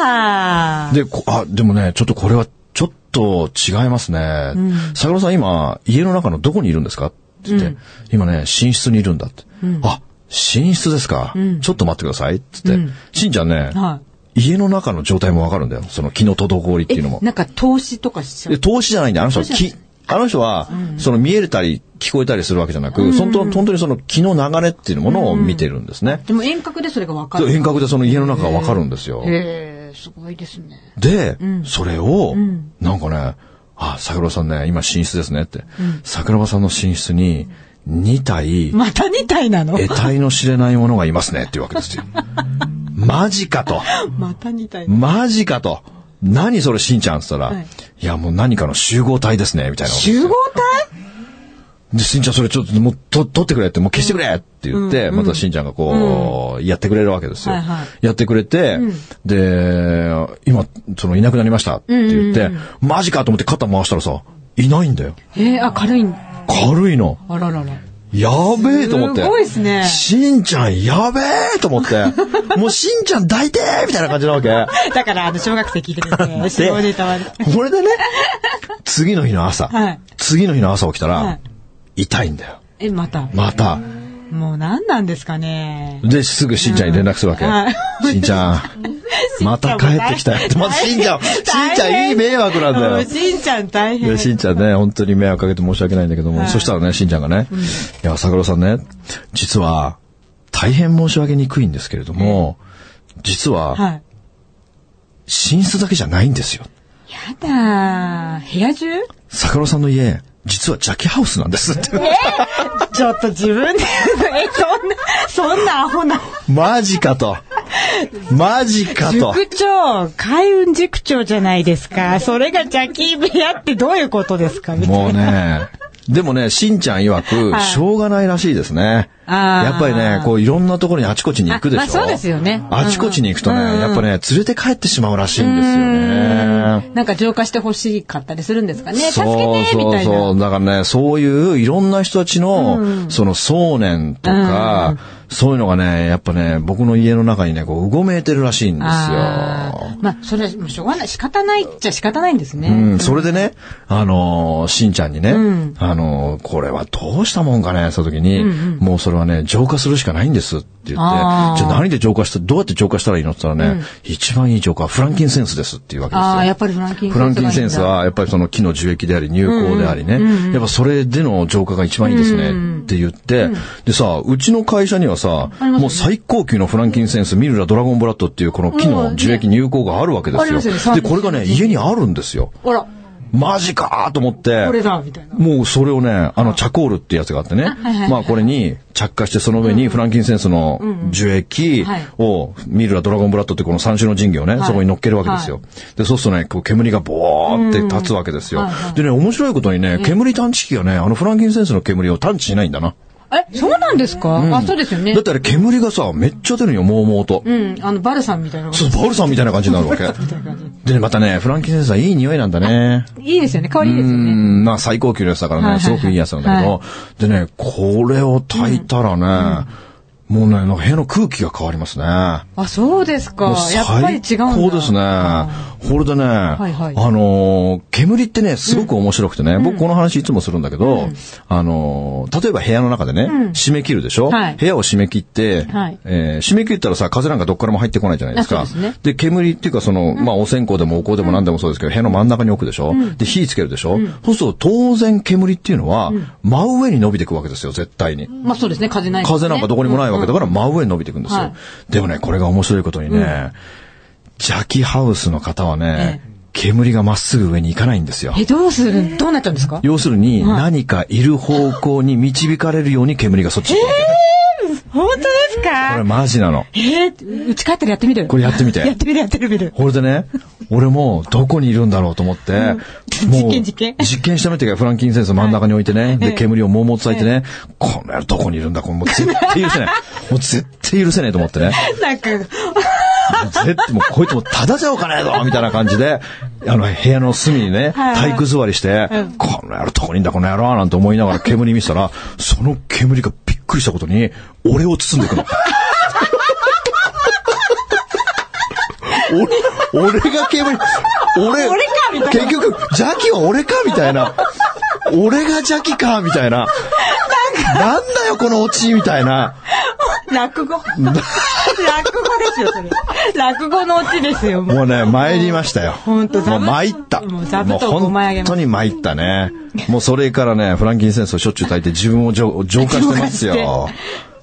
[SPEAKER 3] だー。
[SPEAKER 2] で、こあ、でもね、ちょっとこれは、ちょっと違いますね。桜庭さん今、家の中のどこにいるんですかって言って、今ね、寝室にいるんだって。あ、寝室ですか、ちょっと待ってくださいって言って、しんちゃんね、
[SPEAKER 3] は
[SPEAKER 2] 家の中の状態もわかるんだよ。その気の滞りって
[SPEAKER 3] い。
[SPEAKER 2] いう
[SPEAKER 3] え
[SPEAKER 2] のも、。
[SPEAKER 3] なんか投資とかしちゃ
[SPEAKER 2] で
[SPEAKER 3] う。
[SPEAKER 2] 投資じゃないんだよ。あの人は気、あの人は、その見えたり聞こえたりするわけじゃなく、本当本当にその気の流れっていうものを見てるんですね。
[SPEAKER 3] でも遠隔でそれがわか
[SPEAKER 2] そう
[SPEAKER 3] る。
[SPEAKER 2] 遠隔でその家の中がわかるんですよ。
[SPEAKER 3] へえ、すごいですね。
[SPEAKER 2] で、それを、なんかね、あ、桜庭さんね、今寝室ですねって。桜庭さんの寝室に、2体、
[SPEAKER 3] また2体なの
[SPEAKER 2] 得体の知れないものがいますねっていうわけ ですよ。マジかと。
[SPEAKER 3] また2体。
[SPEAKER 2] マジかと。何それしんちゃんって言ったら、
[SPEAKER 3] はい
[SPEAKER 2] い、やもう何かの集合体ですね、みたいなことですよ。
[SPEAKER 3] 集合体
[SPEAKER 2] で、しんちゃんそれちょっともうと取ってくれって、もう消してくれって言って、またしんちゃんがこう、やってくれるわけですよ。
[SPEAKER 3] はいはい
[SPEAKER 2] やってくれて、で、今、そのいなくなりましたって言って、マジかと思って肩回したらさ、いないんだよ。
[SPEAKER 3] ええ、あ、軽いん。
[SPEAKER 2] 軽いの。
[SPEAKER 3] あららら。
[SPEAKER 2] やべえと思って。
[SPEAKER 3] すごいっすね
[SPEAKER 2] しんちゃんやべえと 思って。もうしんちゃん抱いてーみたいな感じなわけ。
[SPEAKER 3] だから、あの、小学生聞いて くれて、死亡データは。
[SPEAKER 2] これでね、次の日の朝、
[SPEAKER 3] はい
[SPEAKER 2] 次の日の朝起きたら、
[SPEAKER 3] はい
[SPEAKER 2] 痛いんだよ。
[SPEAKER 3] え、また。
[SPEAKER 2] また。
[SPEAKER 3] もう何なんですかね。
[SPEAKER 2] で、すぐしんちゃんに連絡するわけ
[SPEAKER 3] はい。
[SPEAKER 2] しんちゃん、また帰って きたよ。まずしんちゃん、しんちゃんいい迷惑なんだ
[SPEAKER 3] もう
[SPEAKER 2] よ。
[SPEAKER 3] しんちゃん大変。
[SPEAKER 2] で、しんちゃんね、本当に迷惑かけて申し訳ないんだけども、そしたらね、しんちゃんがね、いや、桜さんね、実は、大変申し訳にくいんですけれども、実は、
[SPEAKER 3] はい。
[SPEAKER 2] 寝室だけじゃないんですよ。
[SPEAKER 3] やだー。部屋中
[SPEAKER 2] 桜さんの家、実はジャケハウスなんですって。
[SPEAKER 3] ちょっと自分で、え、そんな、そんなアホな。
[SPEAKER 2] マジかと。マジかと。
[SPEAKER 3] 塾長、海運塾長じゃないですか。それがジャッキー部屋ってどういうことですかみたいな。
[SPEAKER 2] もうね。でもね、しんちゃん曰く、
[SPEAKER 3] はい
[SPEAKER 2] しょうがないらしいですね。
[SPEAKER 3] あー
[SPEAKER 2] やっぱりね、こういろんなところにあちこちに行くでしょ。
[SPEAKER 3] あまあそうですよね
[SPEAKER 2] あちこちに行くとね、
[SPEAKER 3] うんうん
[SPEAKER 2] やっぱね、連れて帰ってしまうらしいんですよね。
[SPEAKER 3] なんか浄化してほしかったりするんですかね。助けて
[SPEAKER 2] そ
[SPEAKER 3] み
[SPEAKER 2] うそう
[SPEAKER 3] たい
[SPEAKER 2] そ
[SPEAKER 3] な。
[SPEAKER 2] う。だからね、そういういろんな人たちの、その想念とか、そういうのがね、やっぱね、僕の家の中にね、こう、うごめいてるらしいんです
[SPEAKER 3] あ
[SPEAKER 2] よ。
[SPEAKER 3] ーまあ、それ、もうしょうがない。仕方ないっちゃ仕方ないんですね。
[SPEAKER 2] うん、それでね、あのーしんちゃんにね、あのーこれはどうしたもんかね、その時に、もうそれはね、浄化するしかないんですって言って、じゃ
[SPEAKER 3] あ
[SPEAKER 2] あ
[SPEAKER 3] ー
[SPEAKER 2] 何で浄化した、どうやって浄化したらいいのって言ったらね、一番いい浄化はフランキンセンスですっていうわけですよ。
[SPEAKER 3] ああ、やっぱりフランキン
[SPEAKER 2] フランキンセンス
[SPEAKER 3] がいいんだ。
[SPEAKER 2] は、やっぱりその木の樹液であり、乳香でありね、やっぱそれでの浄化が一番いいですねって言って、でさ、うちの会社にはさ、もう最高級のフランキンセンス、ミルラ・ドラゴンブラッドっていうこの木の樹液、乳香があるわけで
[SPEAKER 3] ありますすよね
[SPEAKER 2] よ。で、これがね、家にあるんですよ。
[SPEAKER 3] ほら、
[SPEAKER 2] マジかーと思って
[SPEAKER 3] こ、れだ、みたいな。
[SPEAKER 2] もうそれをね、あの、チャコールってやつがあってね、まあこれに着火して、その上にフランキンセンスの樹液を、ミルラ、ドラゴンブラッドってこの三種の神器をね、そこに乗っけるわけですよ。で、そうするとね、こう煙がボーって立つわけですよ。でね、面白いことにね、煙探知機がね、あのフランキンセンスの煙を探知しないんだな。
[SPEAKER 3] え、そうなんですかあ、そうですよね
[SPEAKER 2] だっ。てあれ煙がさ、めっちゃ出るよ、もうもうと。
[SPEAKER 3] うん、あの、バルさんみたいな。
[SPEAKER 2] そう、バルさんみたいな感じにな るわけ。でね、またね、フランキンセンスはいい匂いなんだね。
[SPEAKER 3] いいですよね。香りいいですよ
[SPEAKER 2] う
[SPEAKER 3] ね。
[SPEAKER 2] ん、まあ最高級のやつだからね、
[SPEAKER 3] はいはいはい
[SPEAKER 2] すごくいいやつなんだけど、
[SPEAKER 3] は
[SPEAKER 2] でね、これを炊いたらね、もうね、なんか部屋の空気が変わりますね。
[SPEAKER 3] あ、そうですか
[SPEAKER 2] もう。
[SPEAKER 3] やっぱり違うんだ。
[SPEAKER 2] 最高ですね。これでね、
[SPEAKER 3] いはい
[SPEAKER 2] あのー煙ってね、すごく面白くてね、僕この話いつもするんだけど、あのー例えば部屋の中でね、締め切るでしょ、
[SPEAKER 3] はい
[SPEAKER 2] 部屋を締め切って、
[SPEAKER 3] はい
[SPEAKER 2] えー締め切ったらさ、風なんかどっからも入ってこないじゃないですか。
[SPEAKER 3] あそうですね
[SPEAKER 2] で、煙っていうかその、まあ、お線香でもお香でも何でもそうですけど、部屋の真ん中に置くでしょ、で、火つけるでしょ、そうすると当然煙っていうのは、真上に伸びていくわけですよ、絶対に。
[SPEAKER 3] まあそうですね、風ないですね。
[SPEAKER 2] 風なんかどこにもないわけだから真上に伸びていくんですよ。
[SPEAKER 3] はい
[SPEAKER 2] でもね、これが面白いことにね、邪気ハウスの方はね、
[SPEAKER 3] え
[SPEAKER 2] 煙がまっすぐ上に行かないんですよ。
[SPEAKER 3] え、どうするどうなっちゃうんですか
[SPEAKER 2] 要するに、
[SPEAKER 3] はい
[SPEAKER 2] 何かいる方向に導かれるように煙がそっちに行くわけ。
[SPEAKER 3] 本当です
[SPEAKER 2] こ
[SPEAKER 3] か
[SPEAKER 2] れマジなの。
[SPEAKER 3] えー、うち帰ったらやってみる
[SPEAKER 2] これやってみ て
[SPEAKER 3] やってみる、やってみる。
[SPEAKER 2] これでね、俺もどこにいるんだろうと思って、もう、
[SPEAKER 3] 実験実験
[SPEAKER 2] 実験してみてからフランキンセンス真ん中に置いてね、で、煙をもうもうついてね、この野郎どこにいるんだ、これもう絶対許せない。 もう絶対許せないと思ってね。
[SPEAKER 3] なんか、
[SPEAKER 2] もう絶対、もうこいつもただじゃおかねえぞみたいな感じで、あの、部屋の隅にね、
[SPEAKER 3] はいはい
[SPEAKER 2] 体育座りして、この野郎、どこにいんだ、この野郎なんて思いながら煙見せたら、その煙がびっくりしたことに、俺を包ん でいくの。お俺が煙、俺、
[SPEAKER 3] 俺かみたいな
[SPEAKER 2] 結局、邪気は俺かみたいな。俺が邪気かみたいな。なんだよ、このオチみたいな。
[SPEAKER 3] 落語。落語ですよ、それ。落語のオチですよ、もう
[SPEAKER 2] もうね、参りましたよ。
[SPEAKER 3] ほんと座
[SPEAKER 2] もう
[SPEAKER 3] 布
[SPEAKER 2] 参った。
[SPEAKER 3] もう座布団
[SPEAKER 2] もう
[SPEAKER 3] 5枚あげます
[SPEAKER 2] 本当に参ったね。もうそれからね、フランキンセンスをしょっちゅう炊いて自分を浄浄化してます
[SPEAKER 3] 浄
[SPEAKER 2] よ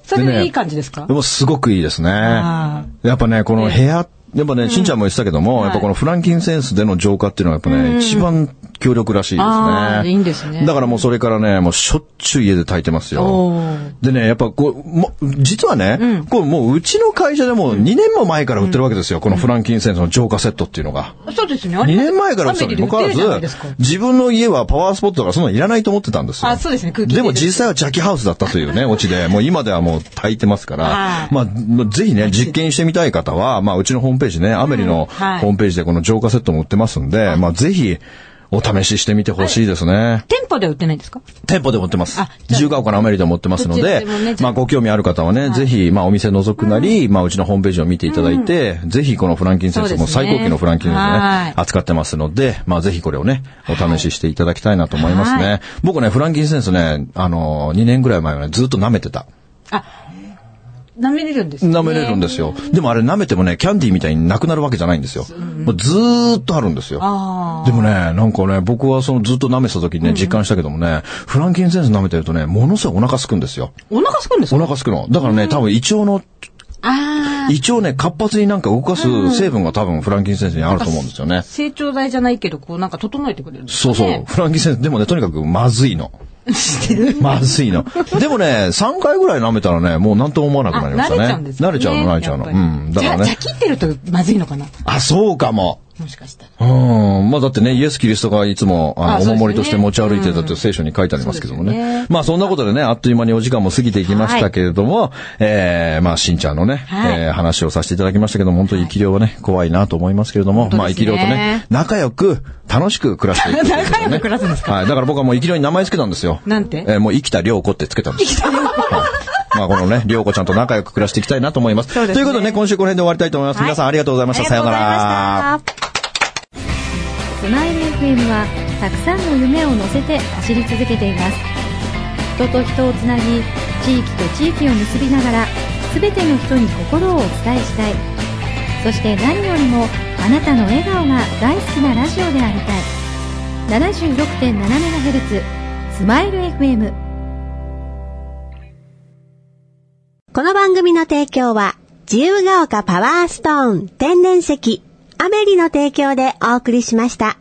[SPEAKER 3] 化。それでいい感じですか
[SPEAKER 2] でもすごくいいですね。
[SPEAKER 3] あ
[SPEAKER 2] やっぱね、この部屋、やっぱね、しんちゃんも言ってたけども、やっぱこのフランキンセンスでの浄化っていうのはやっぱね、一番強力らしいです
[SPEAKER 3] あー
[SPEAKER 2] ね。
[SPEAKER 3] いいんですね
[SPEAKER 2] だからもうそれからね、もうしょっちゅう家で炊いてます
[SPEAKER 3] お
[SPEAKER 2] よ
[SPEAKER 3] ー。
[SPEAKER 2] でね、やっぱこう、も実はね、こうもううちの会社でもう2年も前から売ってるわけですよ、このフランキンセンスの浄化セットっていうのが。
[SPEAKER 3] そうですね。あれ
[SPEAKER 2] 2年前からそうにもかかわら
[SPEAKER 3] ファミリーで売ってるじゃないで
[SPEAKER 2] ず
[SPEAKER 3] すか、
[SPEAKER 2] 自分の家はパワースポットだからそんなのいらないと思ってたんですよ。
[SPEAKER 3] あそうですね空気入
[SPEAKER 2] で
[SPEAKER 3] れる
[SPEAKER 2] も実際は邪気ハウスだった というね、オチで、もう今ではもう炊いてますから、
[SPEAKER 3] はい
[SPEAKER 2] まあ、まあぜひね、実験してみたい方は、まあ、うちのホームページね、アメリのホ
[SPEAKER 3] はい
[SPEAKER 2] ームページでこの浄化セットも売ってますんで、まあ、ぜひ、お試ししてみてほしいですね。
[SPEAKER 3] 店舗では売ってないんですか
[SPEAKER 2] 店舗でも売ってます
[SPEAKER 3] あ。じゃあ
[SPEAKER 2] 自由が丘のアメリでも売ってますの
[SPEAKER 3] どちら
[SPEAKER 2] で、
[SPEAKER 3] でもねじゃあ
[SPEAKER 2] まあご興味ある方はね、ぜひ、まあお店覗くなり、まあうちのホームページを見ていただいて、ぜひこのフランキンセンス、
[SPEAKER 3] そうで
[SPEAKER 2] もう
[SPEAKER 3] すね
[SPEAKER 2] 最高級のフランキンセンスを
[SPEAKER 3] は
[SPEAKER 2] ね
[SPEAKER 3] い、
[SPEAKER 2] 扱ってますので、まあぜひこれをね、お試ししていただきたいなと思います
[SPEAKER 3] は
[SPEAKER 2] ね。僕ね、フランキンセンスね、あの、2年ぐらい前はね、ずっと舐めてた。
[SPEAKER 3] あ、舐めれるんですね
[SPEAKER 2] 舐めれるんですよ。でもあれ舐めてもね、キャンディーみたいになくなるわけじゃないんですよ。もうずーっとあるんですよ。
[SPEAKER 3] あ
[SPEAKER 2] でもね、なんかね、僕はそのずっと舐めてた時にね、実感したけどもね、フランキンセンス舐めてるとね、ものすごいお腹すくんですよ。
[SPEAKER 3] お腹すくんです
[SPEAKER 2] お
[SPEAKER 3] か
[SPEAKER 2] 腹すくの。だからね、多分胃腸の、
[SPEAKER 3] ああ。
[SPEAKER 2] 胃腸ね、活発になんか動かす成分が多分フランキンセンスにあると思うんですよね。
[SPEAKER 3] 成長剤じゃないけど、こうなんか整えてくれるんです
[SPEAKER 2] そ
[SPEAKER 3] か
[SPEAKER 2] う
[SPEAKER 3] ね。
[SPEAKER 2] そう。フランキンセンス、でもね、とにかくまずいの。
[SPEAKER 3] してる。
[SPEAKER 2] まずいの。でもね、3回ぐらい舐めたらね、もうなんとも思わ なくなりまし
[SPEAKER 3] あ
[SPEAKER 2] た
[SPEAKER 3] 慣れちゃう
[SPEAKER 2] ね。
[SPEAKER 3] んですね。
[SPEAKER 2] 慣れちゃうの、慣れちゃうの。
[SPEAKER 3] やっ
[SPEAKER 2] う
[SPEAKER 3] ぱり
[SPEAKER 2] ん。だから
[SPEAKER 3] じゃ
[SPEAKER 2] ね
[SPEAKER 3] あ、。じゃあ切ってるとまずいのかな
[SPEAKER 2] あ、そうかも。
[SPEAKER 3] もしか したら。
[SPEAKER 2] うん。まあだってね、イエス・キリストがいつも、あ
[SPEAKER 3] あ
[SPEAKER 2] の、
[SPEAKER 3] そうですね
[SPEAKER 2] お守りとして持ち歩いてたって聖書に書いてありますけどもね。
[SPEAKER 3] そうですよね
[SPEAKER 2] まあそんなことでね、あっという間にお時間も過ぎていきましたけれども、えー、まあしんちゃんのね、
[SPEAKER 3] はい
[SPEAKER 2] えー話をさせていただきましたけども、本当に生き量はね、怖いなと思いますけれども、
[SPEAKER 3] 当ですね
[SPEAKER 2] まあ生き量とね、仲良く、楽しく暮らしていく、
[SPEAKER 3] 仲良く暮らすんですか
[SPEAKER 2] はい。だから僕はもう生き量に名前つけたんですよ。
[SPEAKER 3] なんて
[SPEAKER 2] えー、もう生きた良子ってつけたんです。生きた良子。まあこのね、良子ちゃんと仲良く暮らしていきたいなと思います。
[SPEAKER 3] そうですね
[SPEAKER 2] ということでね、今週この辺で終わりたいと思います。皆さんありがとうございました。さようなら。
[SPEAKER 3] ありがとうございました。
[SPEAKER 4] スマイル FM はたくさんの夢を乗せて走り続けています人と人をつなぎ地域と地域を結びながら全ての人に心をお伝えしたいそして何よりもあなたの笑顔が大好きなラジオでありたい 76.7MHz スマイル FM
[SPEAKER 5] この番組の提供は、自由が丘パワーストーン天然石、アメリの提供でお送りしました。